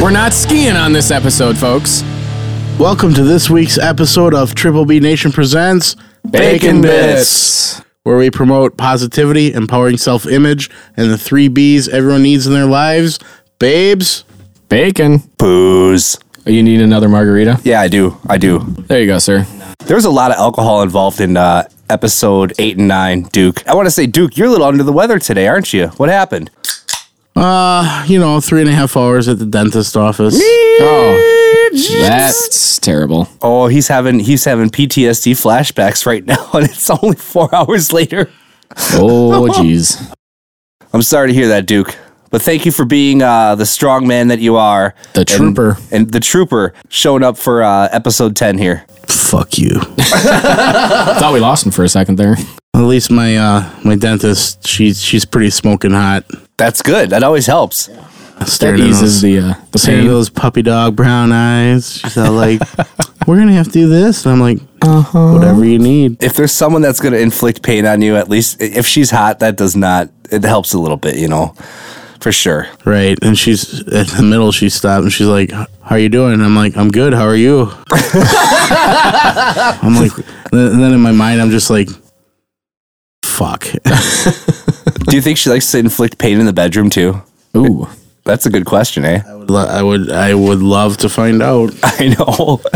We're not skiing on this episode, folks. Welcome to this week's episode of Triple B Nation Presents where we promote positivity, empowering self image, and the three B's everyone needs in their lives. Babes, Bacon. Oh, Booze. You need another margarita? Yeah, I do. I do. There you go, sir. There was a lot of alcohol involved in uh, episode eight and nine, Duke. I want to say, Duke, you're a little under the weather today, aren't you? What happened? you know, three and a half hours at the dentist office. Oh, that's terrible. Oh, he's having he's having PTSD flashbacks right now, and it's only four hours later. Oh, jeez. I'm sorry to hear that, Duke. But thank you for being uh, the strong man that you are. The And- trooper. And, the trooper showing up for uh, episode 10 here. Fuck you. Thought we lost him for a second there. at least my uh my dentist, she's she's pretty smoking hot. That's good. That always helps. Staring at eases those, the uh, the staring at pain. those puppy dog brown eyes. She's all like, We're gonna have to do this and I'm like, whatever you need. If there's someone that's going to inflict pain on you, at least if she's hot, that does not, it helps a little bit, you know, for sure. Right. And she's in the middle, she stopped and she's like, How are you doing? And I'm like, I'm good. How are you? I'm like, and then in my mind, I'm just like, fuck. Do you think she likes to inflict pain in the bedroom too? Ooh, That's a good question, eh? I would, lo- I would, I would love to find out. I know.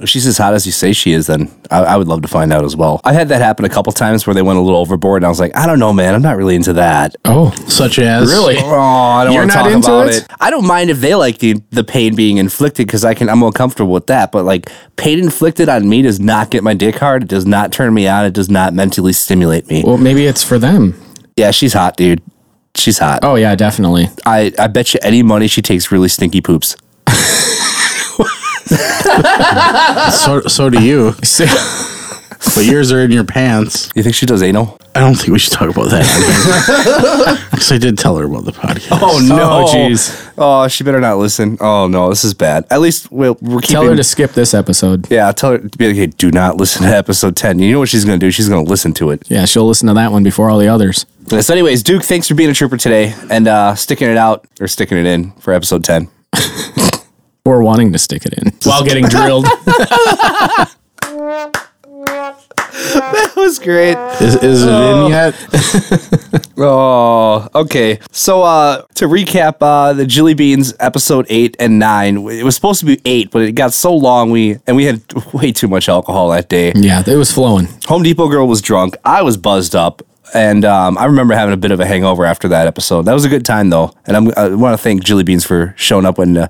if she's as hot as you say she is, then I, I would love to find out as well. I've had that happen a couple times where they went a little overboard, and I was like, I don't know, man. I'm not really into that. oh, Such as, really? Oh, I don't You're want to not talk into about it? it? I don't mind if they like the the pain being inflicted because I can I'm more comfortable with that. But like pain inflicted on me does not get my dick hard. It does not turn me on. It does not mentally stimulate me. Well, maybe it's for them. Yeah, she's hot, dude. She's hot. Oh yeah, definitely. I I bet you any money she takes really stinky poops. So, so do you, but yours are in your pants. You think she does anal? I don't think we should talk about that. Because I did tell her about the podcast. Oh no! Oh, jeez. Oh, she better not listen. Oh no, this is bad. At least we'll, we're keeping. Tell her to skip this episode. yeah, tell her to be like, hey, do not listen to episode ten. You know what she's gonna do? She's gonna listen to it. Yeah, she'll listen to that one before all the others. So, anyways, Duke, thanks for being a trooper today and uh, sticking it out or sticking it in for episode ten. Or wanting to stick it in while getting drilled. That was great. Is, is it in yet? Oh, okay. So uh to recap uh the Jelly Beans episode 8 and 9. It was supposed to be 8, but it got so long we and we had way too much alcohol that day. yeah, it was flowing. Home Depot girl was drunk. I was buzzed up. And um, I remember having a bit of a hangover after that episode. That was a good time though, and I'm, I want to thank Jelly Beans for showing up and uh,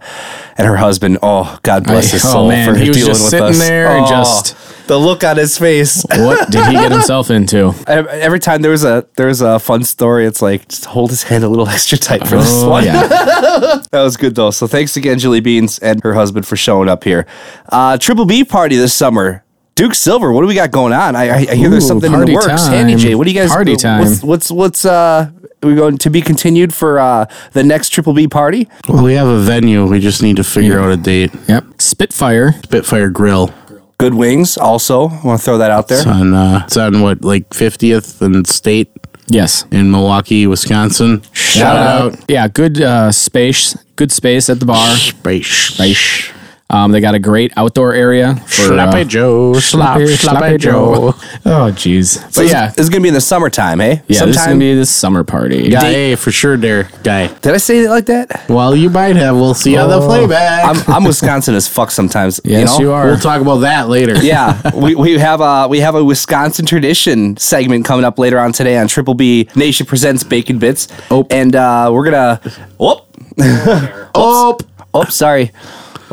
and her husband. Oh, God bless I- his oh, soul man, for he was dealing just with sitting us. there and Oh, just- the look on his face. What did he get himself into? Ev- Every time there was a there was a fun story, it's like just hold his hand a little extra tight for this one. Oh, yeah. That was good though. So thanks again, Jilly Beans and her husband for showing up here. Uh, Triple B party this summer. Duke Silver, what do we got going on? I, I, I hear there's Ooh, something in party the works. time. Handy J, what do you guys? Party What's time. what's, what's uh, are we going to be continued for uh, the next Triple B party? Well, we have a venue. We just need to figure out a date. Yep. Spitfire. Spitfire Grill. Good wings. Also, I want to throw that out there. It's on uh, it's on what like 50th and State Yes. in Milwaukee, Wisconsin. Shout out. Yeah, good uh, space. Good space at the bar. Space. Space. Um, they got a great outdoor area. For, uh, Sloppy Joe. Slop, Sloppy, sloppy Joe. Oh, jeez. But this- yeah, this is gonna be in the summertime, hey? yeah, this is Sometime- gonna be the summer party. Guy, for sure, there, guy. Did I say it like that? Well, you might have. We'll see on the Oh. playback. I'm, I'm Wisconsin as fuck sometimes. Yes, know? you are. we'll talk about that later. yeah, we, we have a we have a Wisconsin tradition segment coming up later on today on Triple B Nation presents Bacon Bits. Oh. and uh, we're gonna. Whoop. Oh, Oh, sorry.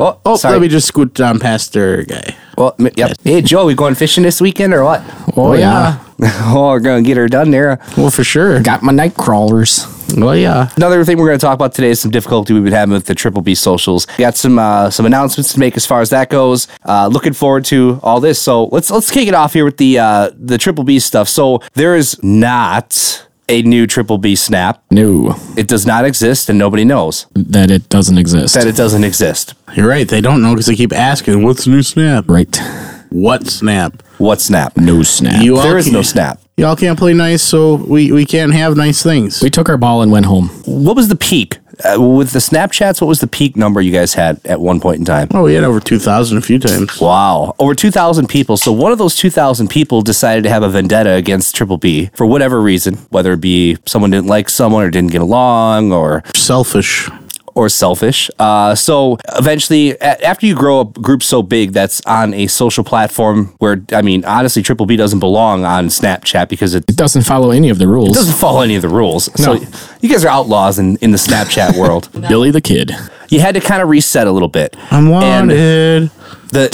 Oh, oh sorry. let me just scoot down past there, guy. Oh, m- yep. Hey, Joe, we going fishing this weekend or what? Oh, yeah. oh, we're gonna get her done there. Well, for sure. Got my night crawlers. Well, yeah. Another thing we're going to talk about today is some difficulty we've been having with the Triple B socials. We got some uh, some announcements to make as far as that goes. Uh, looking forward to all this. So let's let's kick it off here with the uh, the Triple B stuff. So there is not a new Triple B snap. No, It does not exist, and nobody knows that it doesn't exist. that it doesn't exist. You're right. They don't know because they keep asking, what's new snap? right. What snap? What snap? No snap. You all There is no can't- snap. Y'all can't play nice, so we, we can't have nice things. we took our ball and went home. What was the peak? uh, with the Snapchats, what was the peak number you guys had at one point in time? Oh, we had over 2,000 a few times. Wow. Over 2,000 people. So one of those 2,000 people decided to have a vendetta against Triple B for whatever reason, whether it be someone didn't like someone or didn't get along or Selfish. or selfish. Uh, so eventually, a- after you grow a group so big that's on a social platform where, I mean, honestly, Triple B doesn't belong on Snapchat because it It doesn't follow any of the rules. doesn't follow any of the rules. No. So you guys are outlaws in, in the Snapchat world. Billy the Kid. You had to kind of reset a little bit. Um, I'm And wanted. the,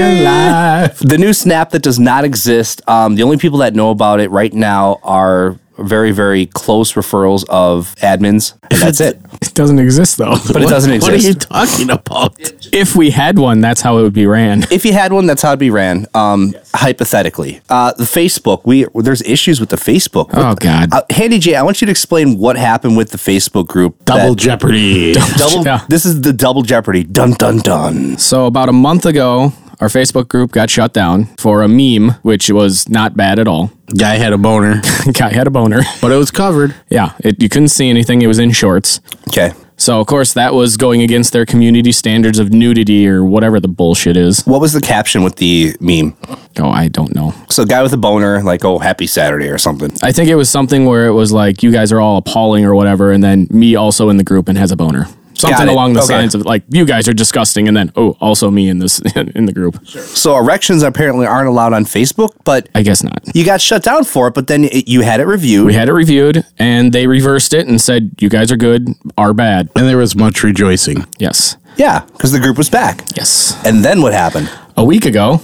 Alive. the new Snap that does not exist, um, the only people that know about it right now are very, very close referrals of admins. And that's it. It doesn't exist though. But it doesn't exist. What are you talking about? If we had one, that's how it would be ran. if you had one, that's how it'd be ran. Um, hypothetically, uh, the Facebook, we there's issues with the Facebook. Oh God. Uh, Handy J, I want you to explain what happened with the Facebook group. Double that- Jeopardy. double. Yeah. This is the double jeopardy. Dun dun dun. So about a month ago, our Facebook group got shut down for a meme, which was not bad at all. Guy had a boner, Guy had a boner. but it was covered. Yeah, it, you couldn't see anything. It was in shorts. Okay. So of course that was going against their community standards of nudity or whatever the bullshit is. What was the caption with the meme? Oh, I don't know. So guy with a boner, like oh happy Saturday or something. I think it was something where it was like you guys are all appalling or whatever, and then me also in the group and has a boner. Got Something it. along the Okay. lines of like you guys are disgusting, and then oh, also me in this in the group. So erections apparently aren't allowed on Facebook, but I guess not. you got shut down for it. But then it, you had it reviewed. We had it reviewed, and they reversed it and said you guys are good, are bad. And there was much rejoicing. Yes, yeah, because the group was back. yes. And then what happened? A week ago,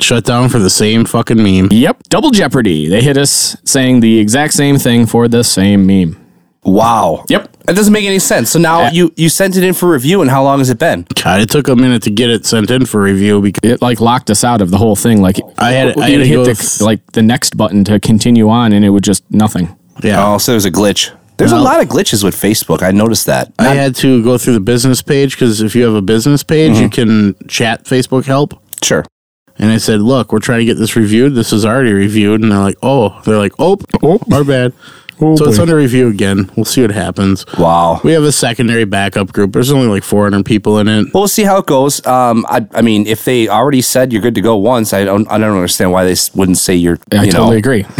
Shut down for the same fucking meme. yep, double jeopardy. They hit us saying the exact same thing for the same meme. Wow. Yep. That doesn't make any sense. So now you you sent it in for review, and how long has it been? God, it took a minute to get it sent in for review because It like locked us out of the whole thing. Like I had- you I had to hit go the, with- like the next button to continue on, and it would just nothing. yeah, Oh, so there's a glitch. There's a lot of glitches with Facebook. I noticed that. I had to go through the business page because if you have a business page, you can chat Facebook help. Sure. And I said, "Look, we're trying to get this reviewed. This is already reviewed." And they're like, "Oh, they're like, oh, oh, our bad." so it's under review again. We'll see what happens. Wow. We have a secondary backup group. There's only like 400 people in it. Well, we'll see how it goes. Um, I, I mean, if they already said you're good to go once, I don't, I don't understand why they s- wouldn't say you're. I you totally know, agree.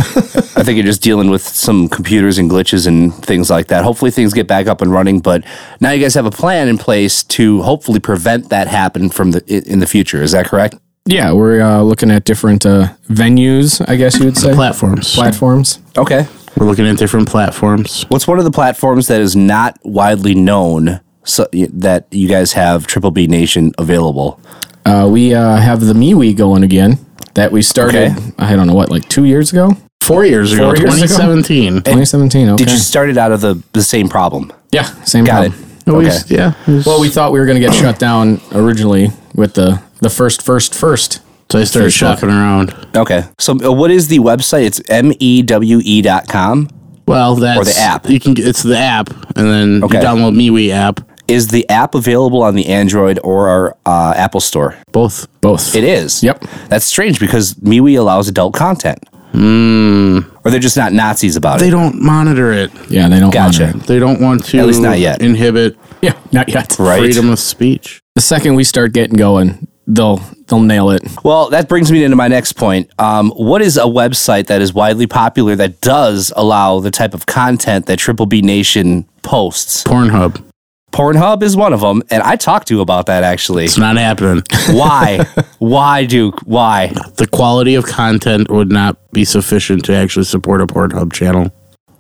I think you're just dealing with some computers and glitches and things like that. Hopefully, things get back up and running. But now you guys have a plan in place to hopefully prevent that happen from the i- in the future. Is that correct? Yeah, we're uh, looking at different uh, venues, I guess you would say. Platforms. Platforms. Okay. We're looking at different platforms. What's one of the platforms that is not widely known so, that you guys have Triple B Nation available? Uh, we uh, have the MeWe going again that we started, Okay. I don't know what, like two years ago? Four years ago, Four years ago? 2017. 2017. Okay. Did you start it out of the, the same problem? yeah, same Got problem. it. We- Okay. Yeah. Well, we thought we were going to get shut down originally with the, the first, first, first. so I started shopping around. Okay. So uh, what is the website? It's mewe E dot com. Well, that's the app. You can get, it's the app, and then Okay. you download MeWe app. Is the app available on the Android or our, uh, Apple Store? Both. Both. It is. Yep. That's strange because MeWe allows adult content. Hmm. Or they're just not Nazis about They it. don't monitor it. yeah, they don't Gotcha. honor it. They don't want to. At least not yet. Inhibit Yeah, not yet. Right. freedom of speech. The second we start getting going, they'll they'll nail it. Well, that brings me into my next point. Um, what is a website that is widely popular that does allow the type of content that Triple B Nation posts? Pornhub. Pornhub is one of them, and I talked to you about that actually. It's not happening. Why? Why, Duke? Why? the quality of content would not be sufficient to actually support a Pornhub channel.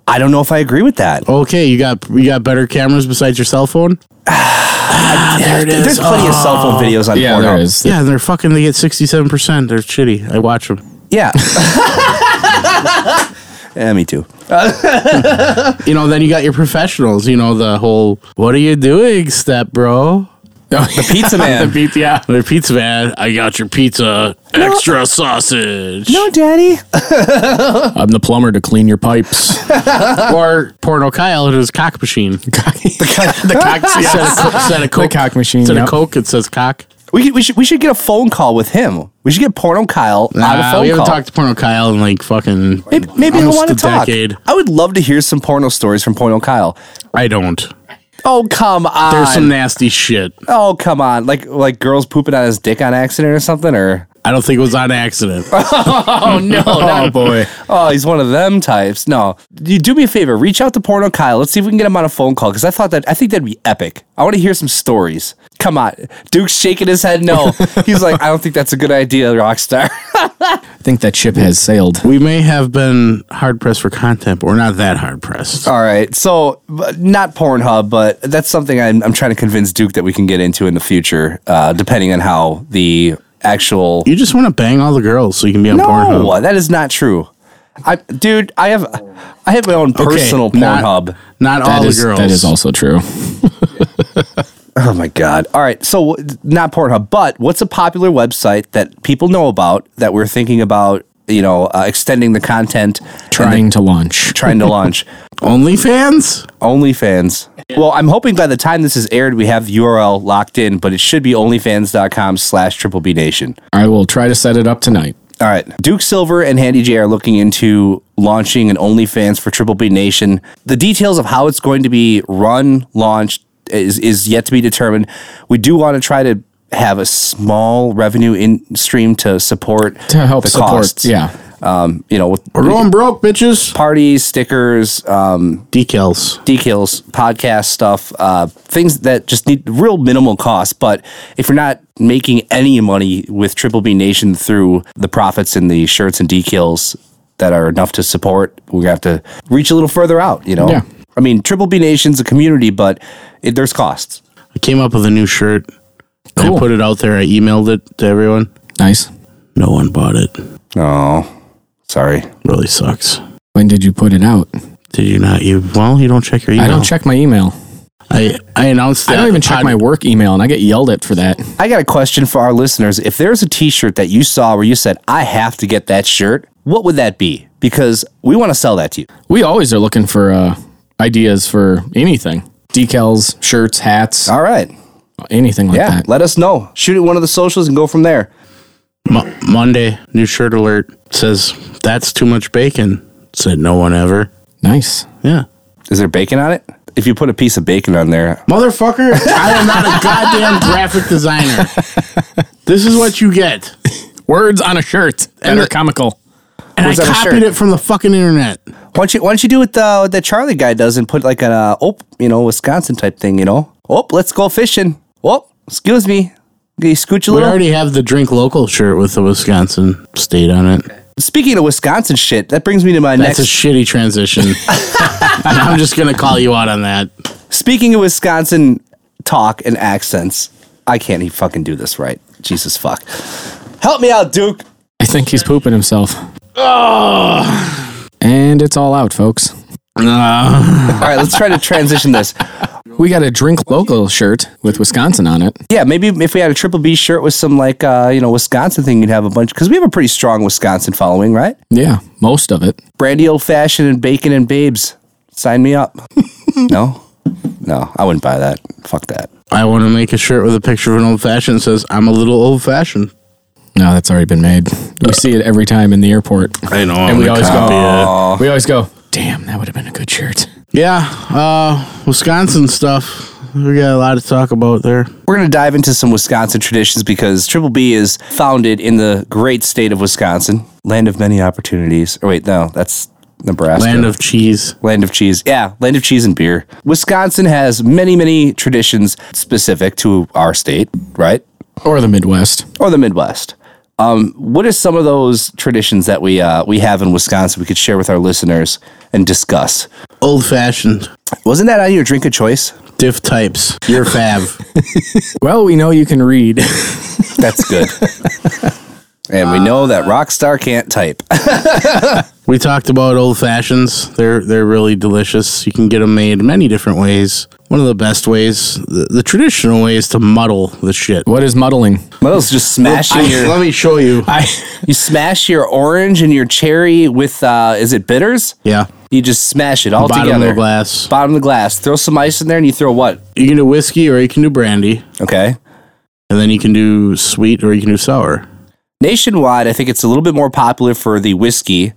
I don't know if I agree with that. Okay, you got you got better cameras besides your cell phone. Ah, there it Oh. There's plenty of cell phone videos on Yeah, Pornhub. there is. Yeah, they're fucking. They get sixty-seven percent. They're shitty. I watch them. Yeah. yeah, me too. You know, then you got your professionals. You know, the whole "What are you doing, step bro?" Oh, the Pizza man. pizza. Yeah. Their pizza man. I got your pizza, extra sausage. no, daddy. I'm the plumber to clean your pipes. Or Porno Kyle, who's cock machine. the cock, Instead of, co- instead of coke, cock machine. instead yep. of coke, it says cock. We, could, we should we should get a phone call with him. We should get Porno Kyle on a Nah, phone Uh, we haven't call. talked to Porno Kyle in like fucking Maybe, maybe he'll almost want a to talk. decade. I would love to hear some porno stories from Porno Kyle. I don't. Oh come on! There's some nasty shit. oh come on! Like like girls pooping on his dick on accident or something or I don't think it was on accident. oh no! Oh boy. oh, he's one of them types. No, you do me a favor. Reach out to Porno Kyle. Let's see if we can get him on a phone call because I thought that I think that'd be epic. I want to hear some stories. Come on, Duke's shaking his head. No, he's like, I don't think that's a good idea, Rockstar. I think that ship has sailed. we may have been hard pressed for content, but we're not that hard pressed. All right. So, but not Pornhub, but that's something I'm, I'm trying to convince Duke that we can get into in the future, uh, depending on how the actual. You just want to bang all the girls so you can be on no, Pornhub. that is not true. I, dude, I have, I have my own personal Okay, not- Pornhub. Not all That the is, girls. that is also true. Oh my god! All right, so w- not Pornhub, but what's a popular website that people know about that we're thinking about? You know, uh, extending the content, Trying to launch. trying to launch. OnlyFans? OnlyFans. Well, I'm hoping by the time this is aired, we have the URL locked in, but it should be onlyfans.com slash triple B nation. I will try to set it up tonight. All right. Duke Silver and Handy J are looking into launching an OnlyFans for Triple B Nation. The details of how it's going to be run, launched, is, is yet to be determined. We do want to try to have a small revenue in stream to support To help the support. costs. Yeah. Um, you know, with We're going broke, bitches. parties, stickers, um, Decals. decals, podcast stuff, uh, things that just need real minimal cost. But if you're not making any money with Triple B Nation through the profits in the shirts and decals that are enough to support, we have to reach a little further out. You know, Yeah. I mean, Triple B Nation's a community, but it, there's costs. I came up with a new shirt. I Cool. put it out there. I emailed it to everyone. Nice. No one bought it. Oh, sorry. Really sucks. When did you put it out? Did you not? You well, you don't check your email. I don't check my email. I, I announced. That I don't even check on- my work email, and I get yelled at for that. I got a question for our listeners. If there's a t-shirt that you saw where you said, I have to get that shirt, what would that be? Because we want to sell that to you. We always are looking for uh, ideas for anything decals, shirts, hats, All right. anything like Yeah, that. let us know. Shoot at one of the socials and go from there. Mo- Monday. New shirt alert says that's too much bacon. Said no one ever. Nice. Yeah, Is there bacon on it? If you put a piece of bacon on there, motherfucker. I am not a goddamn graphic designer. This is what you get. Words on a shirt that And are the- comical. And Where's I that a copied shirt? it from the fucking internet. why don't you why don't you do what the what that Charlie guy does and put like an uh, oh you know Wisconsin type thing you know oh let's go fishing oh excuse me can you scooch a We little. already have the drink local shirt with the Wisconsin state on it. Speaking of Wisconsin shit, that brings me to my That's next. a shitty transition. I'm just gonna call you out on that. Speaking of Wisconsin talk and accents, I can't even fucking do this right. Jesus fuck, help me out, Duke. I think he's pooping himself. And it's all out, folks. All right, let's try to transition this. We got a drink local shirt with Wisconsin on it. Yeah, maybe if we had a triple B shirt with some like uh, you know Wisconsin thing, you'd have a bunch because we have a pretty strong Wisconsin following, right? Yeah, most of it. Brandy old fashioned and bacon and babes. Sign me up. no, no, I wouldn't buy that. Fuck that. I want to make a shirt with a picture of an old fashioned that says I'm a little old fashioned. No, that's already been made. We see it every time in the airport. I know. And we always Yeah. go. We always go. Damn, that would have been a good shirt. uh, Wisconsin stuff. We got a lot to talk about there. We're gonna dive into some Wisconsin traditions because Triple B is founded in the great state of Wisconsin, land of many opportunities. Or wait, no, that's Nebraska. Land of cheese. Land of cheese. Yeah, land of cheese and beer. Wisconsin has many, many traditions specific to our state, right? Or the Midwest. or the Midwest. Um, what are some of those traditions that we uh, we have in Wisconsin we could share with our listeners and discuss? Old fashioned. Wasn't that on your drink of choice? Diff types. Your fav. Well, we know you can read. That's good. and we know that Rockstar can't type. we talked about old fashions. They're they're really delicious. You can get them made many different ways. One of the best ways, the, the traditional way, is to muddle the shit. what is muddling? Mo's just smashing your Let me show you. I you smash your orange and your cherry with uh, is it bitters? Yeah. You just smash it all Bottom of together. the glass. Bottom of the glass. Throw some ice in there and you throw what? You can do whiskey or you can do brandy. Okay. and then you can do sweet or you can do sour. Nationwide, I think it's a little bit more popular for the whiskey,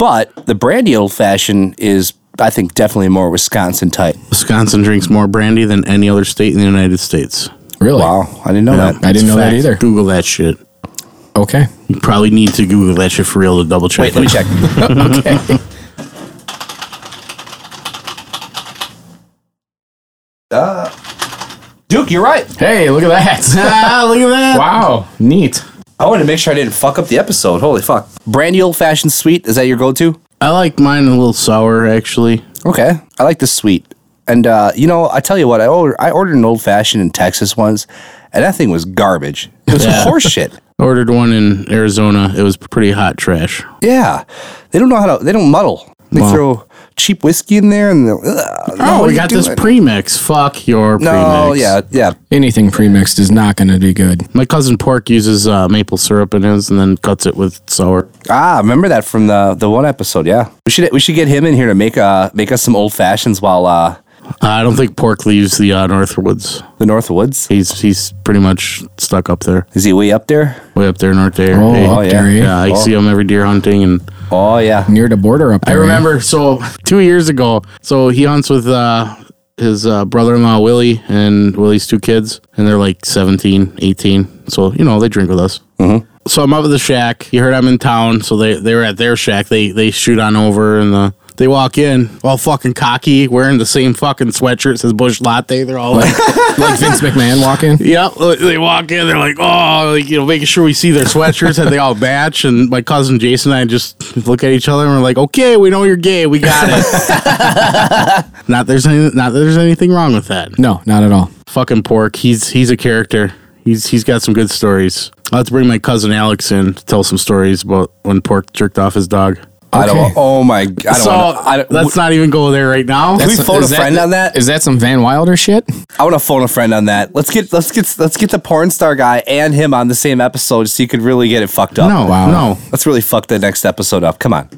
but the brandy old fashioned is, I think, definitely more Wisconsin type. Wisconsin drinks more brandy than any other state in the United States. Really? Wow, I didn't know that. Oh, I didn't It's know that fact. either. Google that shit. Okay. You probably need to Google that shit for real to double check. Wait, let me it. check. okay. Duke, you're right. Hey, look at that. ah, look at that. wow. Neat. I wanted to make sure I didn't fuck up the episode. Holy fuck. Brandy old fashioned sweet, is that your go to? I like mine a little sour, actually. Okay, I like the sweet. And uh, you know, I tell you what, I ordered, I ordered an old fashioned in Texas once, and that thing was garbage. It was horseshit. I ordered one in Arizona. It was pretty hot trash. Yeah, they don't know how to. They don't muddle. They Wow. throw cheap whiskey in there, and they're, "Ugh, no, Oh, what are we you got this doing?" premix. Fuck your no, premix. yeah, yeah. Anything premixed is not going to be good. My cousin Pork uses uh, maple syrup in his and then cuts it with sour. Ah, remember that from the the one episode? Yeah, we should we should get him in here to make uh make us some old fashions while uh I don't think Pork leaves the uh, Northwoods. the North Woods He's he's pretty much stuck up there, is he way up there? way up there in North Dare. Oh, Hey, up yeah. there, eh? yeah, I see him every deer hunting and Oh yeah, Near the border up I there. eh? remember. So two years ago, so he hunts with uh, his uh, brother-in-law Willie and Willie's two kids, and they're like 17, 18. So you know they drink with us. Mm-hmm. So I'm up at the shack. You heard I'm in town, so they they were at their shack. They they shoot on over and the. They walk in all fucking cocky, wearing the same fucking sweatshirt. Says Bush Latte. They're all like, Like Vince McMahon walking. Yep, like, they walk in. They're like, oh, like, you know, making sure we see their sweatshirts and they all match. And my cousin Jason and I just look at each other and we're like, okay, we know you're gay. We got it. not there's any, not that there's anything wrong with that. No, not at all. Fucking pork. He's he's a character. He's he's got some good stories. I'll have to bring my cousin Alex in to tell some stories about when pork jerked off his dog. I don't. Okay. Oh my, g- I don't. so wanna, I don't let's not even go there right now. we phone a is that- friend on that? Is that some Van Wilder shit? I want to phone a friend on that. Let's get let's get let's get the porn star guy and him on the same episode so you could really get it fucked up. No, Wow. no. Let's really fuck the next episode up. Come on.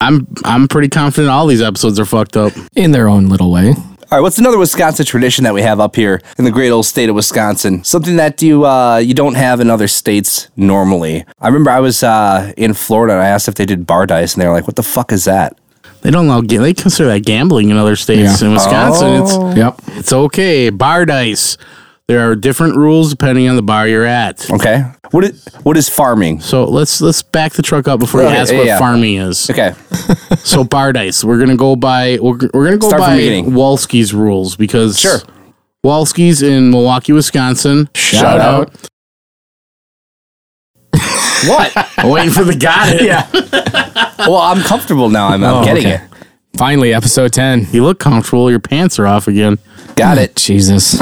I'm I'm pretty confident all these episodes are fucked up. In their own little way. All right, what's another Wisconsin tradition that we have up here in the great old state of Wisconsin? Something that you uh, you don't have in other states normally. I remember I was uh, in Florida and I asked if they did bar dice, and they were like, "What the fuck is that?" They don't allow. Ga- they consider that gambling in other states. Yeah. In Wisconsin, Oh. it's Yep. it's okay. Bar dice. There are different rules depending on the bar you're at. Okay, what is, what is farming? So let's let's back the truck up before you Okay, ask yeah, what yeah. farming is. Okay, so bar dice. We're gonna go by we're, g- we're gonna go Start from by beginning. Walski's rules because Sure. Walski's in Milwaukee, Wisconsin. Shout, out. what? I'm waiting for the got it. yeah. well, I'm comfortable now. I'm, I'm Oh, getting okay. Finally, episode 10. You look comfortable. Your pants are off again. it. Got it. Jesus.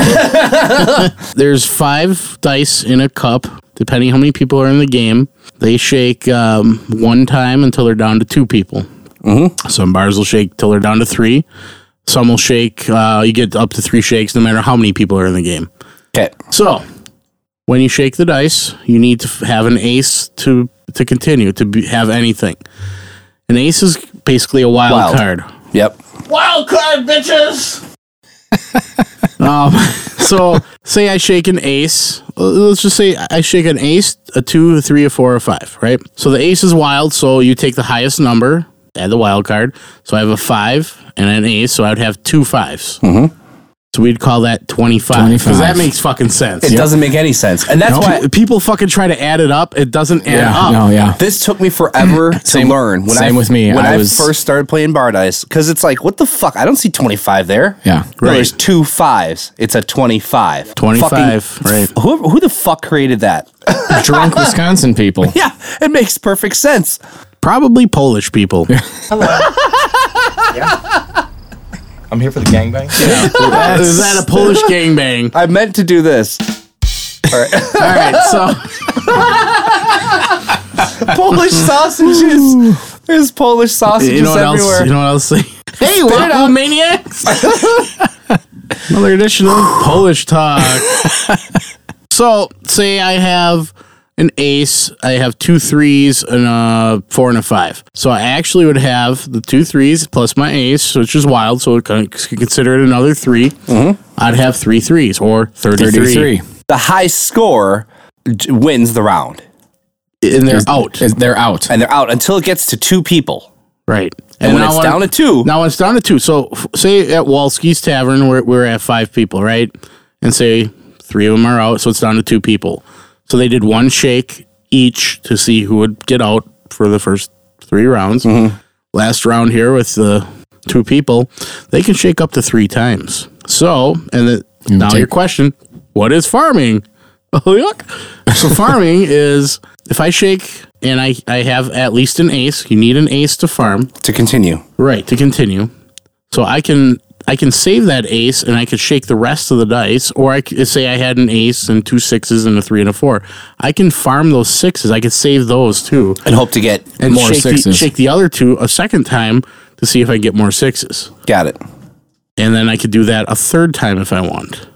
There's five dice in a cup, depending how many people are in the game. They shake um, one time until they're down to two people. Some bars will shake till they're down to three. Some will shake. Uh, you get up to three shakes, no matter how many people are in the game. Okay. So, when you shake the dice, you need to f- have an ace to to continue to be, have anything. An ace is basically a wild, Wild. card. Yep. Wild card, bitches. um, so say I shake an ace. Uh, Let's just say I shake an ace, a two, a three, a four, a five. Right. So the ace is wild. So you take the highest number, add the wild card. So I have a five and an ace. So I would have two fives. So we'd call that twenty-five 25. because that makes fucking sense. It doesn't make any sense, and that's why Pe- people fucking try to add it up. It doesn't add yeah. up. No, yeah. This took me forever to Same- learn. When same I, with me. When I, I was- first started playing bar dice, because it's like, what the fuck? I don't see 25 there. Yeah. No, Right. there's two fives. It's a 25. 25, Fucking- right. Who, who the fuck created that? Drunk Wisconsin people. yeah, it makes perfect sense. Probably Polish people. I'm here for the gangbang. Is that a Polish gangbang? I meant to do this. All right. All right, so Polish sausages. There's Polish sausages you know what everywhere. else? You know what else? hey, out. waffle maniacs! Another edition of Polish talk. so, say I have an ace. I have two threes and a four and a five. So I actually would have the two threes plus my ace, which is wild. So I can consider it another 3 Mm-hmm. I'd have three threes or 33. 33. The high score j- wins the round, And they're out. Is- They're out. and they're out until it gets to two people. Right. And, when it's now I- down to two, Now it's down to two. So f- say at Walski's Tavern, we're, we're at five people, right? And say three of them are out, so it's down to two people. So they did one shake each to see who would get out for the first three rounds. Last round here with the two people, they can shake up to three times. So, and the, now take- your question, what is farming? Oh, yuck. So farming is if I shake and I, I have at least an ace, you need an ace to farm. to continue. Right, to continue. So I can I can save that ace and I could shake the rest of the dice, or I c- say I had an ace and two sixes and a three and a four. I can farm those sixes. I could save those too, and hope to get and More shake the, sixes. shake the other two a second time to see if I get more sixes, got it and then I could do that a third time if I want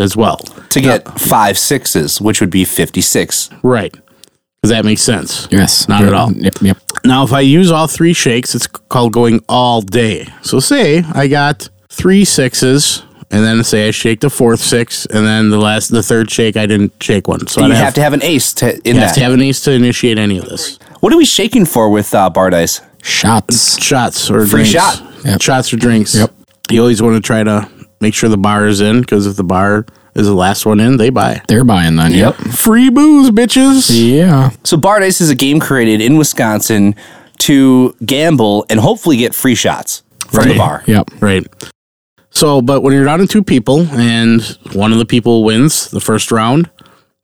as well. to get five sixes, which would be fifty six. Right, because that makes sense. Yes. Not at all. Yep. Yep. Now, if I use all three shakes, it's called going all day. So, say I got three sixes, and then say I shake the fourth six, and then the last, the third shake, I didn't shake one. So You I'd have, to have an ace to you in that. have to have an ace to initiate any of this. what are we shaking for with uh, bar dice? Shots. Shots or Free drinks. shot. Yep. Shots or drinks. Yep. You always want to try to make sure the bar is in because if the bar is the last one in, they buy. They're buying then. Yep. Free booze, bitches. Yeah. So bar dice is a game created in Wisconsin to gamble and hopefully get free shots from the Right. bar. Yep. Right. So, but when you're down to two people and one of the people wins the first round,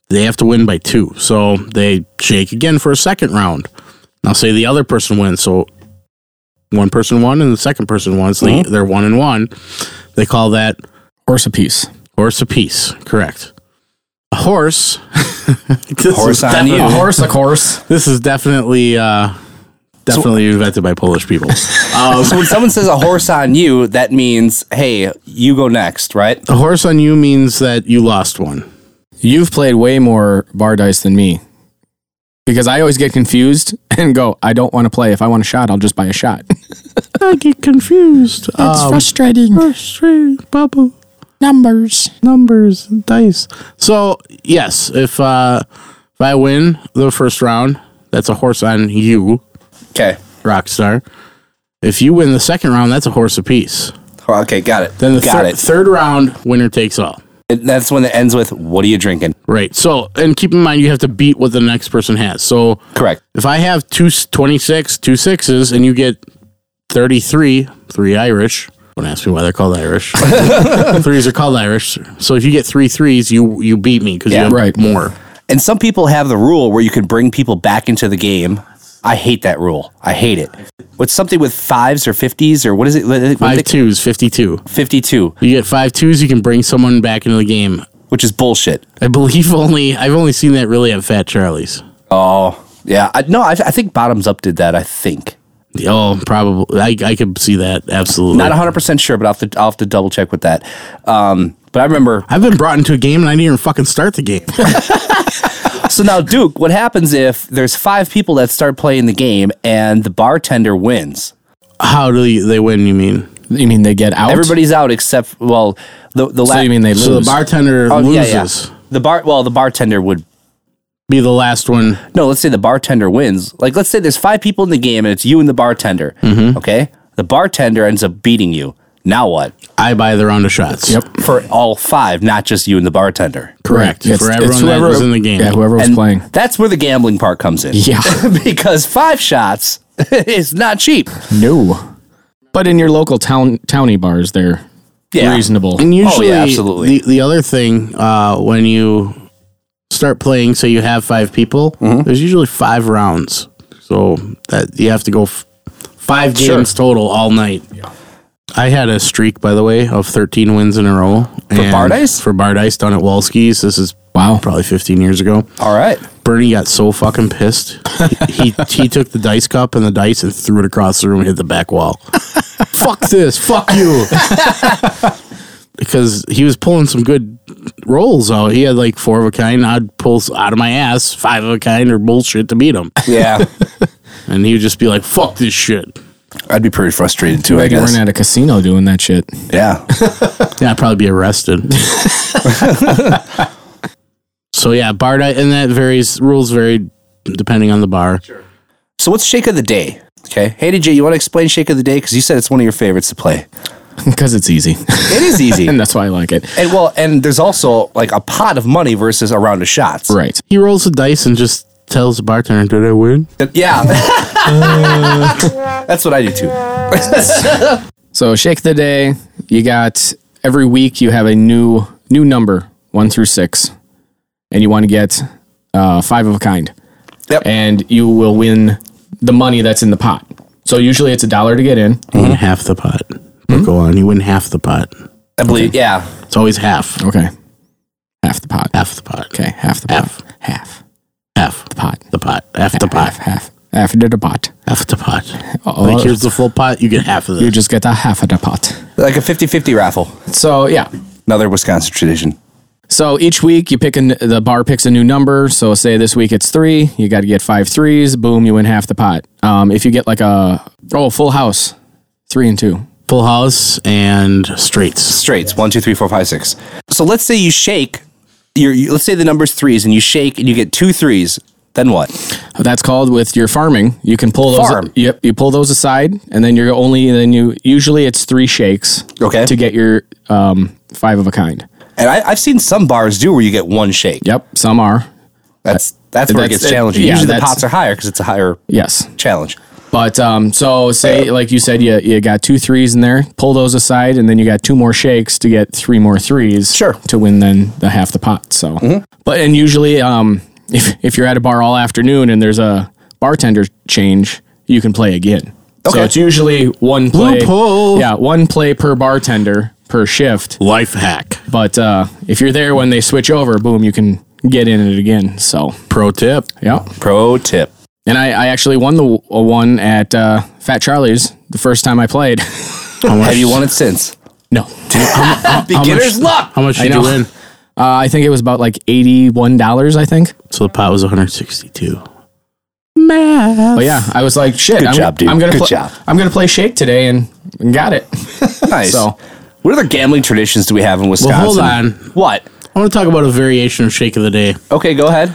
they have to win by two. So they shake again for a second round. Now, say the other person wins. So one person won and the second person won. So they- Mm-hmm. they're one and one. They call that Horse apiece. horse apiece. Correct. A horse. This is Horse on you. defi- horse, of course. This is definitely. Uh, Definitely invented by Polish people. Um, So when someone says a horse on you, that means hey, you go next, right? a horse on you means that you lost one. You've played way more bar dice than me because I always get confused and go, I don't want to play. If I want a shot, I'll just buy a shot. I get confused. It's frustrating. Um, frustrating. Bubble Numbers. numbers and dice. So yes, if uh, if I win the first round, that's a horse on you, Okay, Rockstar. If you win the second round, that's a horse apiece. Oh, okay, got it. Then the got thir- it. third round, winner takes all. And That's when it ends with what are you drinking? Right. So and keep in mind you have to beat what the next person has. So Correct. if I have two s- 26, two sixes, and you get 33, three Irish, don't ask me why they're called Irish. Threes are called Irish. So if you get three threes, you you beat me because Yeah, you have right. more. And some people have the rule where you can bring people back into the game. I hate that rule. I hate it. What's something with fives or fifties or what is it? What is Five it? twos, 52. Fifty-two, You get five twos, you can bring someone back into the game. which is bullshit. I believe only, I've only seen that really at Fat Charlie's. Oh yeah, I, no, I, I think Bottoms Up did that. I think Oh, probably. I, I could see that. Absolutely. not hundred percent sure, but I'll have, to, I'll have to double check with that. Um, but I remember. I've been brought into a game and I didn't even fucking start the game. So now, Duke, what happens if there's five people that start playing the game and the bartender wins? How do you, they win, you mean? You mean they get out? Everybody's out except well, the the So you mean they lose? So the bartender oh, yeah, loses. yeah. The bar well, the bartender would Be the last one no, let's say the bartender wins. Like, let's say there's five people in the game and it's you and the bartender. Mm-hmm. Okay. The bartender ends up beating you. Now what? I buy the round of shots. Yep. For all five, not just you and the bartender. Correct. It's- For it's everyone that was in the game. Yeah, whoever was And playing. That's where the gambling part comes in. Yeah. because five shots is not cheap. No. But in your local town towny bars, they're Yeah. reasonable. And Oh, usually, yeah, absolutely. The, the other thing uh, when you start playing, say you have five people, Mm-hmm. there's usually five rounds. So that you have to go f- five Sure. games total all night. I had a streak, by the way, of 13 wins in a row. For bar dice? For bar dice down at Walski's. This is Wow. probably 15 years ago. All right. Bernie got so fucking pissed. He, he he took the dice cup and the dice and threw it across the room and hit the back wall. fuck this. Fuck you. because he was pulling some good rolls out. He had like four of a kind. I'd pull s- out of my ass five of a kind or bullshit to beat him, Yeah. and he'd just be like, "Fuck this shit." I'd be pretty frustrated too, I Like you guess. weren't at a casino doing that shit. Yeah. Yeah, I'd probably be arrested. so yeah, bar di- and that varies. Rules vary depending on the bar. So what's shake of the day? Okay. Hey DJ, you want to explain shake of the day? Because you said it's one of your favorites to play. Because it's easy. It is easy. and and that's why I like it. well, and there's also like a pot of money versus a round of shots. Right. He rolls the dice and just tells the bartender, "Did I win?" Yeah. Uh. That's what I do too. So shake the day. You got every week you have a new new number, one through six, and you want to get uh, five of a kind. Yep. And you will win the money that's in the pot. So usually it's a dollar to get in. You win half the pot. But Go on, you win half the pot. I believe. Yeah. It's always half, Okay. Half the pot. half the pot, Oh, Okay, half the pot. Half. Half. half the Pot. the pot, half the pot, Half. Half. Half of the pot. half the pot. Uh-oh. Like here's the full pot, you get half of You this. just get a half of the pot. Like a 50-50 raffle. So yeah. Another Wisconsin tradition. So each week you pick an, the bar picks a new number. So say this week it's three, you got to get five threes. Boom, you win half the pot. Um, if you get like a oh full house, three and two. Full house and straights. Straights. One, two, three, four, five, six. So let's say you shake. Your, you, let's say the number's threes, and you shake, and you get two threes. Then what? That's called with your farming. You can pull those. Farm. Yep, you pull those aside, and then you're only then you usually it's three shakes. Okay. To get your um, five of a kind. And I, I've seen some bars do where you get one shake. Yep, some are That's that's where That's- it gets challenging. yeah, Usually the that's- pots are higher because it's a higher yes. challenge. But um, so say like you said, you you got two threes in there. Pull those aside, and then you got two more shakes to get three more threes. Sure. Mm-hmm. To win then the half the pot. So, but and usually um, if if you're at a bar all afternoon and there's a bartender change, you can play again. So Okay. it's usually one play. Loophole. Yeah, one play per bartender per shift. Life hack. But uh, if you're there when they switch over, boom, you can get in it again. So Pro tip. yeah. Pro tip. And I, I actually won the w- one at uh, Fat Charlie's the first time I played. How much, Have you won it since? no, Beginner's luck. How much I did know. you win? uh, I think it was about like eighty-one dollars. I think. So the pot was 162. Math. But Oh, yeah, I was like, shit. Good I'm, job, dude. I'm gonna Good pla- job. I'm gonna play Shake today and, and got it. Nice. So- what other gambling traditions do we have in Wisconsin? hold on. What? I want to talk about a variation of shake of the day. Okay, go ahead.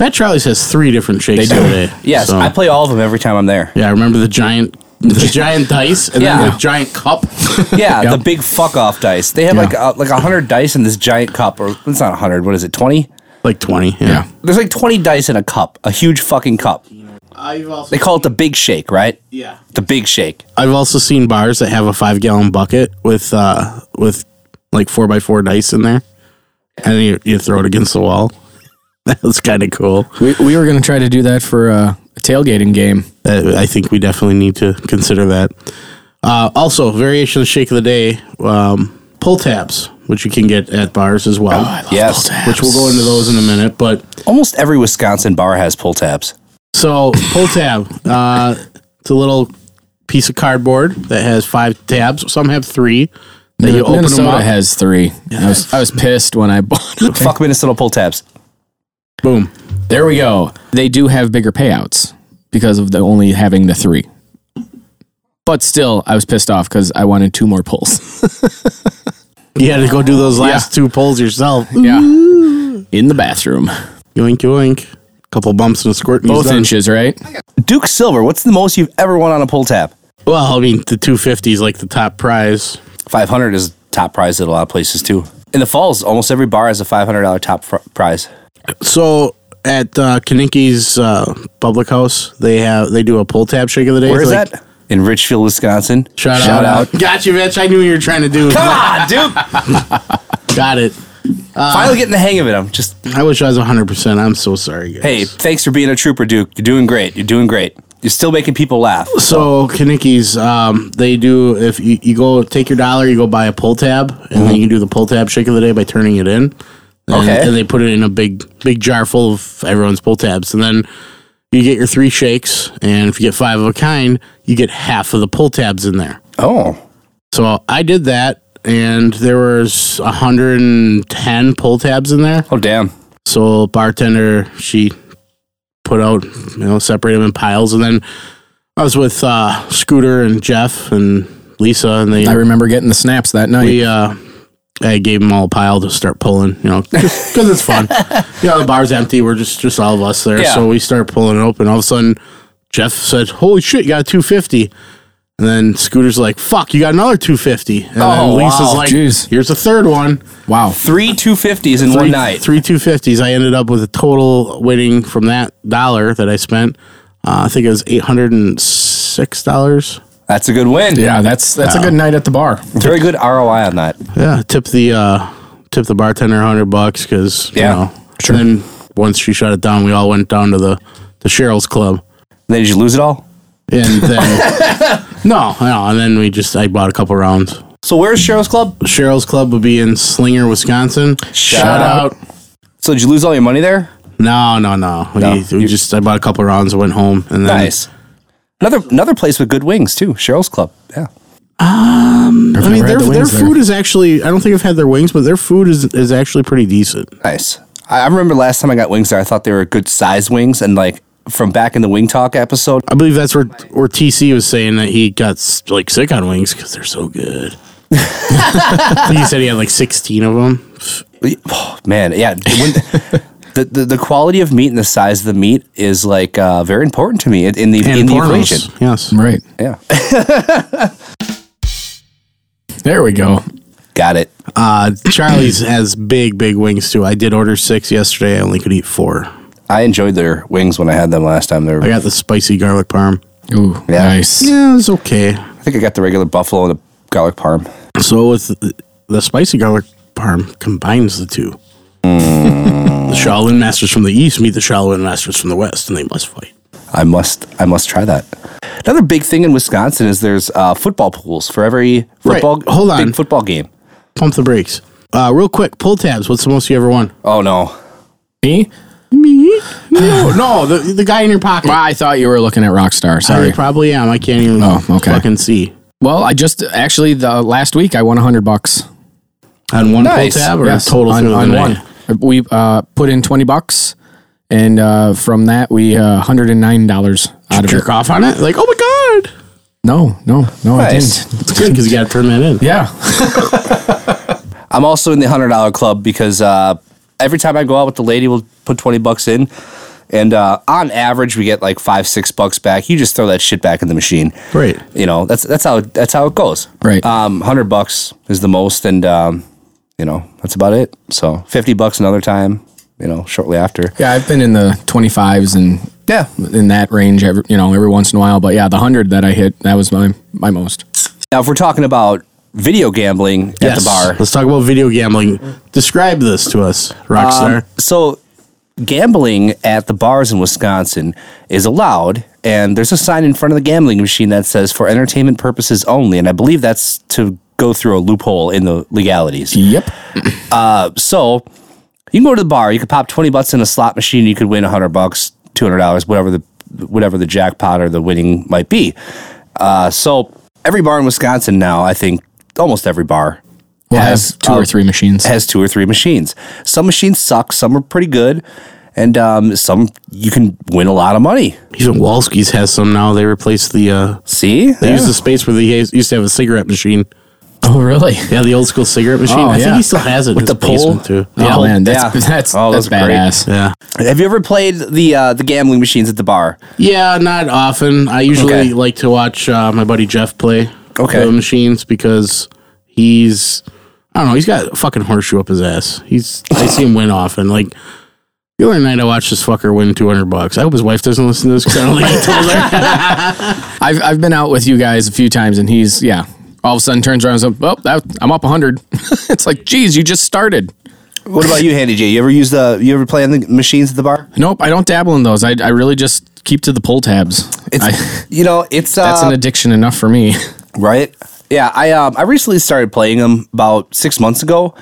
Fat Charlie's has three different shakes of the day. Yes, So- I play all of them every time I'm there. yeah, I remember the giant, the giant dice, and Yeah. then the giant cup. Yeah, the big fuck off dice. They have like uh, like hundred dice in this giant cup, or it's not hundred. What is it? Twenty? like 20. Yeah. There's like twenty dice in a cup, a huge fucking cup. I've Uh, also They call it the big shake, right? yeah. The big shake. I've also seen bars that have a five gallon bucket with uh with like four by four dice in there, and you, you throw it against the wall. That's kind of cool. we, we were gonna try to do that for uh, a tailgating game. Uh, I think we definitely need to consider that. Uh, also, variation of the shake of the day, um, pull tabs, which you can get at bars as well, Yes. which we'll go into those in a minute. But Almost every Wisconsin bar has pull tabs. So pull tab. Uh, it's a little piece of cardboard that has five tabs. Some have three. That you open Minnesota them up. has three. I was I was pissed when I bought. it. Fuck Minnesota pull tabs. Boom. There we go. They do have bigger payouts because of the only having the three. But still, I was pissed off because I wanted two more pulls. You had to go do those last two pulls yourself. Yeah. In the bathroom. Yoink yoink. Couple bumps and a squirt. and he's Both done. inches, right? Duke Silver, what's the most you've ever won on a pull tab? Well, I mean, the two fifty is like the top prize. 500 is top prize at a lot of places too. In the falls, almost every bar has a $500 top fr- prize. So at uh, Kaninki's uh, Public House, they have they do a pull tab shake of the day. Where It's is like- that? In Richfield, Wisconsin. Shout, out. Got you, bitch. I knew what you were trying to do. Come on, Ah, Duke. Got it. Finally getting the hang of it. I'm just, I wish I was 100%. I'm so sorry, guys. hey, thanks for being a trooper, Duke. You're doing great. You're doing great. You're still making people laugh. So Kanicki's, um, they do if you, you go take your dollar, you go buy a pull tab, and then you do the pull tab shake of the day by turning it in. And, Okay. And they put it in a big big jar full of everyone's pull tabs, and then you get your three shakes, and if you get five of a kind, you get half of the pull tabs in there. Oh. So I did that, and there was 110 pull tabs in there. Oh damn. So bartender, she put out, you know, separate them in piles, and then I was with uh, Scooter and Jeff and Lisa, and they I remember getting the snaps that night. we uh, I gave them all a pile to start pulling, you know, because it's fun. you know, the bar's empty. We're just just all of us there, Yeah. so we start pulling it open. All of a sudden, Jeff said, "Holy shit, you got two fifty. And then Scooter's like, "Fuck, you got another two fifty. And Oh, then Lisa's wow. like, Jeez. "Here's a third one." wow. Three two fifties in three, one night. Three two fifties. I ended up with a total winning from that dollar that I spent. Uh, I think it was eight hundred and six dollars. That's a good win. Yeah, that's that's a good night at the bar. Very good ROI on that. Yeah, tip the uh, tip the bartender a hundred bucks because Yeah, you know. And then once she shut it down, we all went down to the the Cheryl's Club, Then did you lose it all? and then no, no, and then we just I bought a couple rounds. So where's Cheryl's Club? Cheryl's Club would be in Slinger, Wisconsin. Shout out. So did you lose all your money there? No, no, no. We, No, we you- just I bought a couple rounds, went home, and then Nice. Another another place with good wings too. Cheryl's Club. Yeah. I mean, never their, had the their wings there. food is actually, I don't think I've had their wings, but their food is, is actually pretty decent. Nice. I I remember last time I got wings there, I thought they were good size wings, and like from back in the Wing Talk episode, I believe that's where, where TC was saying that he got s- like sick on wings because they're so good. he said he had like 16 of them. oh, man, yeah, when, the, the the quality of meat and the size of the meat is like uh, very important to me in, in the in the pornos. equation. Yes. Right. Yeah, There we go. got it. Uh, Charlie's has big, big wings too. I did order six yesterday. I only could eat four. I enjoyed their wings when I had them last time. They were, I I, got the spicy garlic parm. Ooh, Yeah. nice. Yeah, it's okay. think I got the regular buffalo and the garlic parm. So with the, the spicy garlic parm combines the two. Mm. the Shaolin masters from the east meet the Shaolin masters from the west, and they must fight. I must I must try that. Another big thing in Wisconsin is there's uh, football pools for every Right. football Hold on. big football game. Pump the brakes. Uh, real quick, pull tabs. What's the most you ever won? Oh no. Me? Me? No, no, the, the guy in your pocket. Well, I thought you were looking at Rockstar. I Sorry. probably am. I can't even Oh, okay. fucking see. Well, I just actually the last week I won a hundred bucks. On one Nice. pull tab or Yes, total on, through on the one. night? We uh, put in twenty bucks, and uh, from that we uh, hundred and nine dollars out of it. Jerk off on it? Like, oh my God. No, no, no, Nice. I didn't. It's good because you got to turn that in. Yeah, I'm also in the hundred dollar club because uh, every time I go out with the lady, we'll put twenty bucks in, and uh, on average, we get like five six bucks back. You just throw that shit back in the machine, Right. You know that's that's how that's how it goes, Right. Um, hundred bucks is the most, and um, you know that's about it. So fifty bucks another time, you know, shortly after. yeah. I've been in the twenty fives and Yeah, in that range, every, you know, every once in a while. But yeah, the hundred that I hit that was my my most. Now, if we're talking about video gambling at the bar, Let's talk about video gambling. Describe this to us, Um, Rockstar. so gambling at the bars in Wisconsin is allowed, and there's a sign in front of the gambling machine that says for entertainment purposes only, and I believe that's to go through a loophole in the legalities. Yep. So you can go to the bar, you could pop twenty bucks in a slot machine, you could win hundred bucks, two hundred dollars, whatever the whatever the jackpot or the winning might be. Uh, so every bar in Wisconsin now, I think almost every bar We'll Has, have two uh, or three machines. has two or three machines. Some machines suck, some are pretty good, and um, some you can win a lot of money. Even Walski's has some now. They replaced the. Uh, See? they Yeah. used the space where they used to have a cigarette machine. Oh, really? Yeah, the old school cigarette machine. Oh, I think yeah. he still has it with the pole? too. Oh yeah, man, that's yeah. that's Oh, that's, those are great. badass. yeah, Have you ever played the uh, the gambling machines at the bar? yeah. Not often. I usually Okay. like to watch uh, my buddy Jeff play Okay. the machines because he's I don't know. He's got a fucking horseshoe up his ass. He's I see him win often. Like the other night, I watched this fucker win two hundred bucks. I hope his wife doesn't listen to this because I don't think he told her. I've I've been out with you guys a few times, and he's yeah. All of a sudden, turns around and says, "Oh, that, I'm up 100." it's like, geez, you just started. What about you, Handy J? You ever use the you ever play on the machines at the bar? Nope, I don't dabble in those. I, I really just keep to the pull tabs. It's I, you know it's uh, that's an addiction enough for me. right? Yeah, I um I recently started playing um, them about six months ago,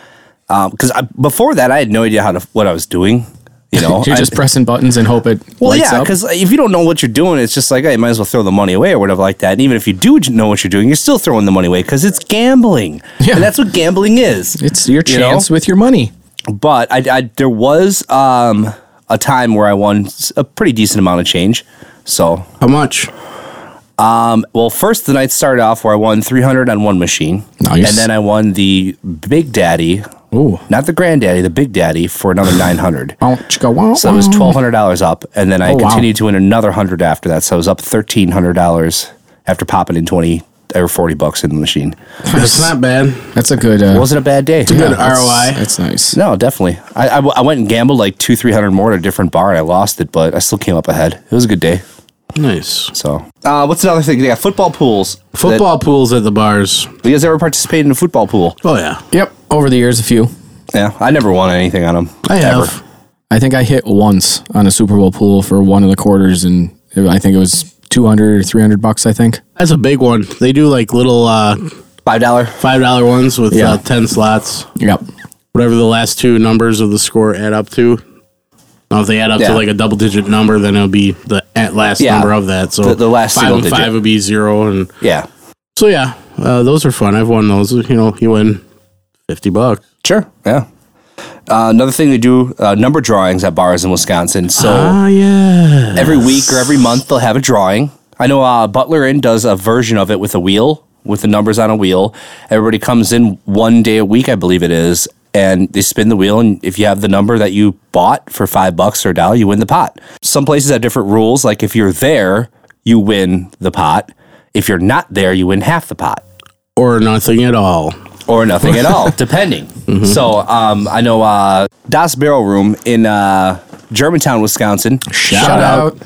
because I before that I had no idea how to what I was doing. You know, You're I- just pressing buttons and hope it well, lights yeah, up. because if you don't know what you're doing, it's just like, I might as well throw the money away or whatever like that. And even if you do know what you're doing, you're still throwing the money away because it's gambling. Yeah. And that's what gambling is. It's your you know? chance with your money. but I, I there was um a time where I won s- a pretty decent amount of change. So, How much? well, first the night started off where I won 300 on one machine, Nice. and then I won the Big Daddy, Ooh. not the Grand Daddy, the Big Daddy for another 900. So I was twelve hundred dollars up, and then I Oh, wow. continued to win another hundred after that. So I was up thirteen hundred dollars after popping in twenty or forty bucks in the machine. That's not bad. That's a good. Uh, Wasn't a bad day. a good yeah, that's- ROI. That's nice. No, definitely. I, I w- I went and gambled like two, three hundred more at a different bar, and I lost it, but I still came up ahead. It was a good day. Nice. So, uh, what's another thing? They got football pools. Football pools at the bars. That- you guys ever participated in a football pool? Oh yeah, Yep. Over the years, a few. Yeah, I never won anything on them. I ever. have. I think I hit once on a Super Bowl pool for one of the quarters, and it- I think it was 200 or 300 bucks, I think. That's a big one. They do like little uh, Five dollar. five dollar ones with Yeah. uh, ten slots. Yep. Whatever the last two numbers of the score add up to. Now, if they add up Yeah. to like a double digit number, then it'll be the at last Yeah. number of that. So The- the last five single and digit. five would be zero, and Yeah, so yeah, uh, those are fun. I've won those. You know, you win fifty bucks. sure. Yeah. Uh, another thing they do uh, number drawings at bars in Wisconsin. So. Ah yeah. every week or every month they'll have a drawing. I know uh, Butler Inn does a version of it with a wheel, with the numbers on a wheel. Everybody comes in one day a week, I believe it is, and they spin the wheel. And if you have the number that you bought for five bucks or a dollar, you win the pot. Some places have different rules. Like if you're there, you win the pot. If you're not there, you win half the pot or nothing at all. or nothing at all, depending. So um, I know uh, Das Barrel Room in uh, Germantown, Wisconsin. Shout, out.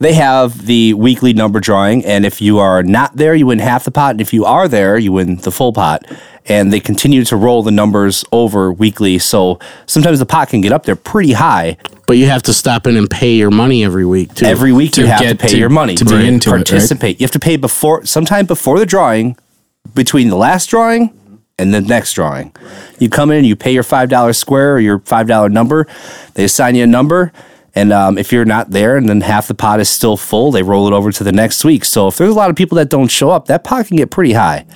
They have the weekly number drawing, and if you are not there, you win half the pot, and if you are there, you win the full pot. And they continue to roll the numbers over weekly, so sometimes the pot can get up there pretty high. But you have to stop in and pay your money every week too. Every week to you have to get pay to- your money to be into it, right? participate. You have to pay before, sometime before the drawing, between the last drawing and the next drawing. You come in, you pay your five dollar square or your five dollar number. They assign you a number, and um, if you're not there, and then half the pot is still full, they roll it over to the next week. So if there's a lot of people that don't show up, that pot can get pretty high.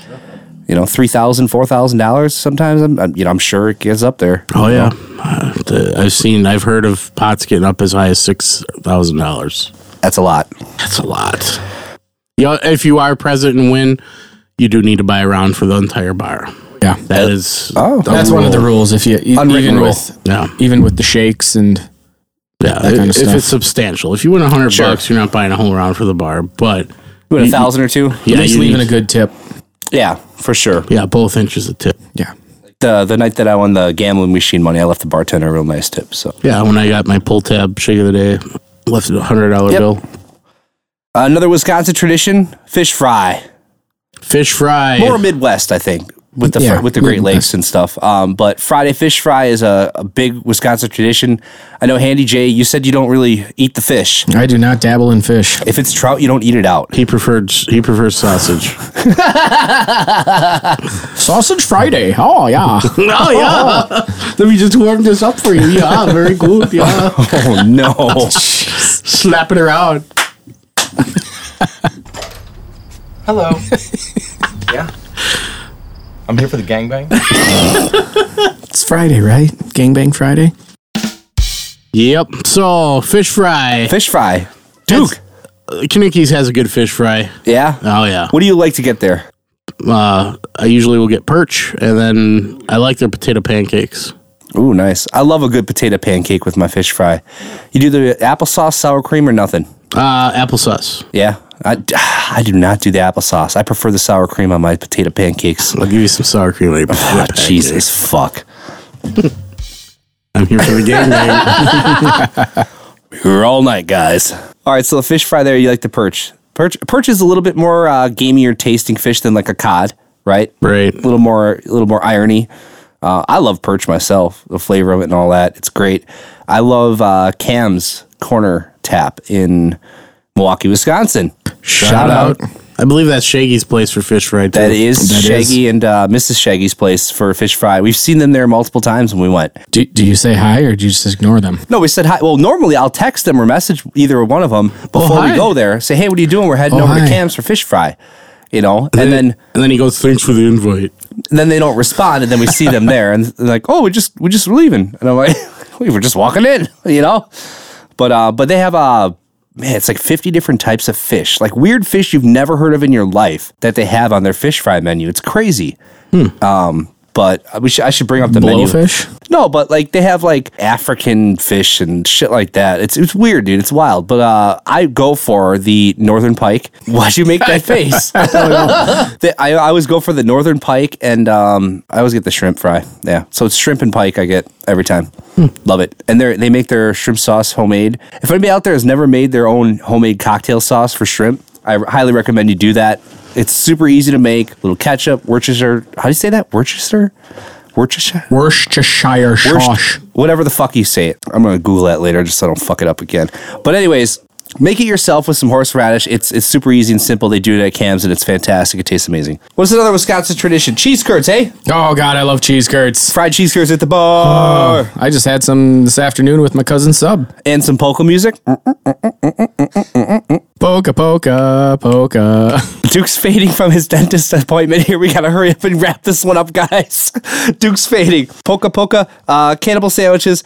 You know, three thousand, four thousand dollars. Sometimes I'm, I'm- you know, I'm sure it gets up there. Oh yeah, Uh, the- I've seen, I've heard of pots getting up as high as six thousand dollars. That's a lot. That's a lot. You know, if you are present and win, you do need to buy a round for the entire bar. Yeah. That is Oh. the That's one of the rule. rules. If you e- Unwritten even rule. with Yeah, even with the shakes and yeah. That kind of if stuff. it's substantial, if you win a hundred Sure. bucks, you're not buying a whole round for the bar. But You win a thousand or two. yeah, at least you leaving need- a good tip. Yeah, for sure. yeah, both inches of tip. Yeah. the the night that I won the gambling machine money, I left the bartender a real nice tip. So Yeah, when I got my pull tab shake of the day, left a hundred dollar Yep. bill. another Wisconsin tradition: fish fry. Fish fry. More Midwest, I think, with the fr- Yeah, with the Great Midwest. Lakes and stuff. Um, but Friday fish fry is a, a big Wisconsin tradition. I know, Handy J, you said you don't really eat the fish. I do not dabble in fish. If it's trout, you don't eat it out. He preferred he prefers sausage. Sausage Friday. Oh yeah. Oh yeah. Let me just warm this up for you. Yeah, very good. Yeah. Oh no! Slap it around. Hello. yeah. I'm here for the gangbang. it's Friday, right? Gangbang Friday. Yep. So fish fry. fish fry, Duke. Uh. Kanicki's has a good fish fry. Yeah. Oh yeah. What do you like to get there? Uh, I usually will get perch, and then I like their potato pancakes. Ooh, nice. I love a good potato pancake with my fish fry. You do the applesauce, sour cream, or nothing. Uh, applesauce. Yeah, I, I do not do the applesauce. I prefer the sour cream on my potato pancakes. I'll give you some sour cream. later. Ah, Jesus, fuck. I'm here for the game. man. We're all night, guys. All right, so the fish fry there, you like the perch. Perch, perch is a little bit more uh, gamier tasting fish than like a cod, right? right. A little more, a little more irony. Uh, I love perch myself, the flavor of it and all that. It's great. I love uh, Cam's Corner Tap in Milwaukee, Wisconsin. Shout, out. I believe that's Shaggy's place for fish fry. Too. That is That is. Shaggy and uh, Mrs. Shaggy's place for fish fry. We've seen them there multiple times when we went. Do, do you say hi or do you just ignore them? No, we said hi. Well, normally I'll text them or message either one of them before we Oh, hi. go there. Say, hey, what are you doing? We're heading Oh, over to hi. Cam's for fish fry. You know, and then and then he goes, "Thanks for the invite." then they don't respond, and then we see them there, and they're like, "Oh, we just we just were leaving," and I'm like, "We were just walking in," you know. But uh, but they have uh, man, it's like 50 different types of fish, like weird fish you've never heard of in your life that they have on their fish fry menu. It's crazy. Um, but we should, I should bring up the menu. Hmm. Blowfish? No, but like they have like African fish and shit like that. It's it's weird, dude. It's wild. But uh, I go for the northern pike. Why'd you make that face? The- I, I always go for the northern pike, and um, I always get the shrimp fry. Yeah, so it's shrimp and pike I get every time. Love it. And they they make their shrimp sauce homemade. If anybody out there has never made their own homemade cocktail sauce for shrimp, I highly recommend you do that. It's super easy to make. Little ketchup, Worcester. How do you say that? Worcester. Worcestershire. Worcestershire sauce. Worcester- whatever the fuck you say it. I'm gonna Google that later just so I don't fuck it up again. But anyways, make it yourself with some horseradish. It's it's super easy and simple. They do it at Cam's and it's fantastic. It tastes amazing. What's another Wisconsin tradition? Cheese curds, hey? Oh God, I love cheese curds. Fried cheese curds at the bar I just had some this afternoon with my cousin Sub. and some polka music. Polka, polka, polka. Duke's fading from his dentist appointment. Here we gotta hurry up and wrap this one up, guys. Duke's fading. Polka polka, uh, cannibal sandwiches,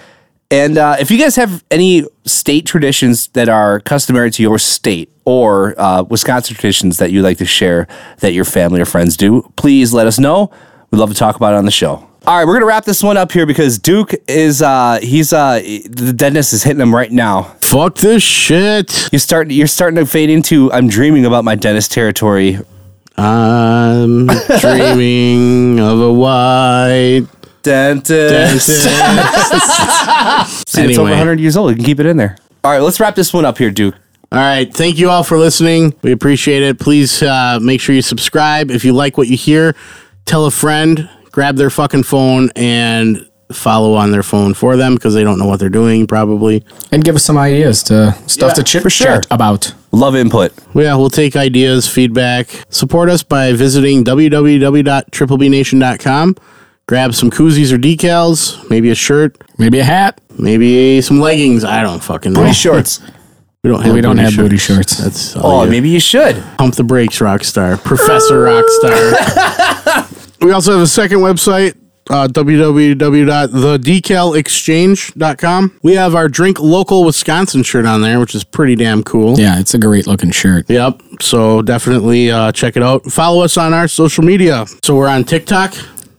and uh, if you guys have any state traditions that are customary to your state or uh, Wisconsin traditions that you like to share that your family or friends do, please let us know. We'd love to talk about it on the show. All right, we're gonna wrap this one up here because Duke is uh, he's uh, the dentist is hitting him right now. Fuck this shit. You start you're starting to fade into I'm dreaming about my dentist territory I'm dreaming of a white Dentist. See, It's over Anyway. 100 years old. You can keep it in there. All right, let's wrap this one up here, Duke. All right. Thank you all for listening. We appreciate it. Please uh, make sure you subscribe. If you like what you hear, tell a friend, grab their fucking phone, and follow on their phone for them because they don't know what they're doing, probably. and give us some ideas to stuff to chit for sure. chat about. Love input. Well, yeah, we'll take ideas, feedback. Support us by visiting www.triplebnation.com. Grab some koozies or decals, maybe a shirt, Maybe a hat. maybe some leggings. I don't fucking know. Booty shorts. We don't have, We don't have booty shorts. That's all Oh, you- maybe you should. Pump the brakes, Rockstar. Professor Rockstar. we also have a second website, uh, www.thedecalexchange.com. We have our Drink Local Wisconsin shirt on there, which is pretty damn cool. Yeah, it's a great looking shirt. Yep. So definitely uh, check it out. Follow us on our social media. So we're on TikTok,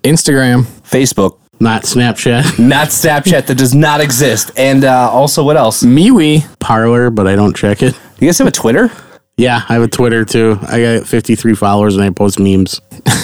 Instagram. Facebook. not Snapchat, Not Snapchat that does not exist. And uh, also, what else? You MeWe. Parlor, but I don't check it. guys have a Twitter? Yeah, I have a Twitter too. I got 53 followers and I post memes.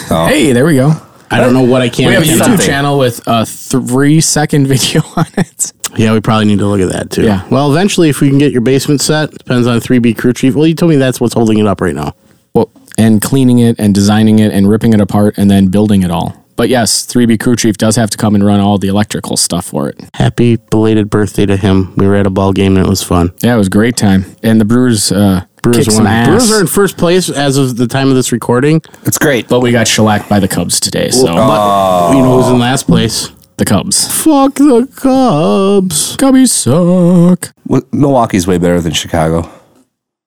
Hey, there we go. I don't know what I can. We have a and cannot- YouTube something. channel with a three second video on it. Yeah, we probably need to look at that too. Yeah. Well, eventually, if we can get your basement set, depends on 3B crew chief. Well, you told me that's what's holding it up right now. Well, and cleaning it and designing it and ripping it apart and then building it all. But yes, 3B Crew Chief does have to come and run all the electrical stuff for it. Happy belated birthday to him. We were at a ball game and it was fun. Yeah, it was a great time. And the Brewers, uh, Brewers kicked some won. ass. Brewers are in first place as of the time of this recording. It's great. but we got shellacked by the Cubs today. So Oh. But you know who's in last place? the Cubs. Fuck the Cubs. Cubbies suck. W- Milwaukee's way better than Chicago.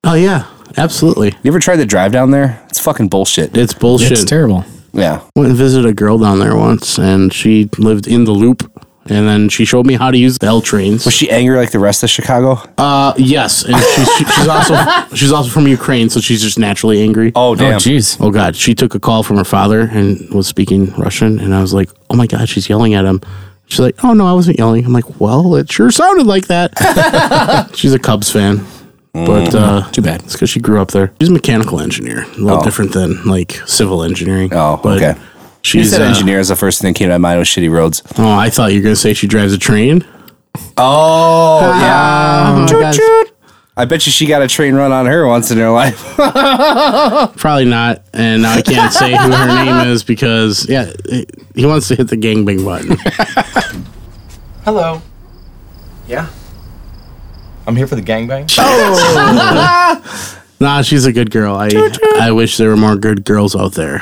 Oh yeah, absolutely. You ever tried the drive down there? It's fucking bullshit. It's bullshit. It's terrible. Yeah. Went and visited a girl down there once, and she lived in the loop. And then she showed me how to use the L trains. Was she angry like the rest of Chicago? Uh, yes, and she's, she, she's also she's also from Ukraine, so she's just naturally angry. Oh, Oh, damn. jeez. Oh God, she took a call from her father and was speaking Russian, and I was like, "Oh my God, she's yelling at him." She's like, "Oh no, I wasn't yelling." I'm like, "Well, it sure sounded like that." she's a Cubs fan, but Mm. uh, Too bad. it's because she grew up there. She's a mechanical engineer, a little Oh. different than like civil engineering. Oh, okay. you She's said uh, engineer is the first thing that came to my mind was shitty roads. Oh, I thought you were gonna say she drives a train. Oh, yeah. Choot, guys. Choot, choot. I bet you she got a train run on her once in her life. Probably not, and now I can't say who her name is because yeah, he wants to hit the gangbang button. Hello. Yeah. I'm here for the gangbang. Nah, she's a good girl. I I wish there were more good girls out there.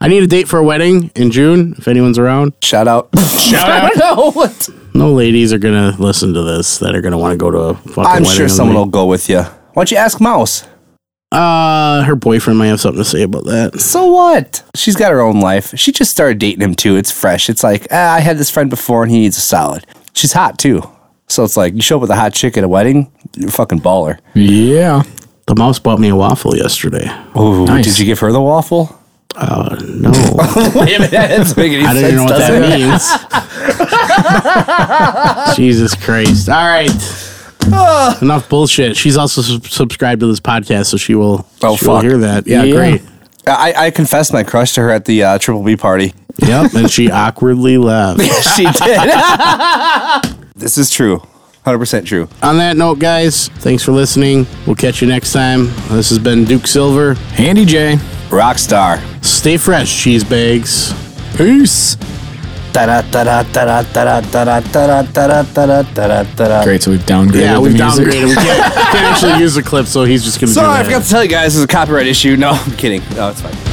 I need a date for a wedding in June. If anyone's around, Shout out. Shout out. what? no ladies are gonna listen to this that are gonna want to go to a fucking I'm wedding. sure with someone me. will go with you. Why don't you ask Mouse? Uh, her boyfriend might have something to say about that. So what? She's got her own life. She just started dating him too. It's fresh. It's like ah, I had this friend before, and he needs a salad. She's hot too. So it's like you show up with a hot chick at a wedding, you're a fucking baller. Yeah. The mouse bought me a waffle yesterday. Ooh, Nice. did you give her the waffle? Uh, no, I Wait a minute, that doesn't make any don't even know what does it? that means. Jesus Christ! All right, Ah. enough bullshit. She's also sub- subscribed to this podcast, so she will. Oh, she will fuck. hear that. Yeah, Yeah. great. I, I confessed my crush to her at the uh, Triple B party. Yep, and she awkwardly left. she did. this is true. 100% true. On that note, guys, thanks for listening. We'll catch you next time. This has been Duke Silver. Andy J. Rockstar. Stay fresh, cheese bags. Peace. Great. So we've downgraded. Yeah, we've the music. downgraded. We can't, can't actually use the clip, so he's just gonna. do Sorry, I that. forgot to tell you guys, this is a copyright issue. No, I'm kidding. No, it's fine.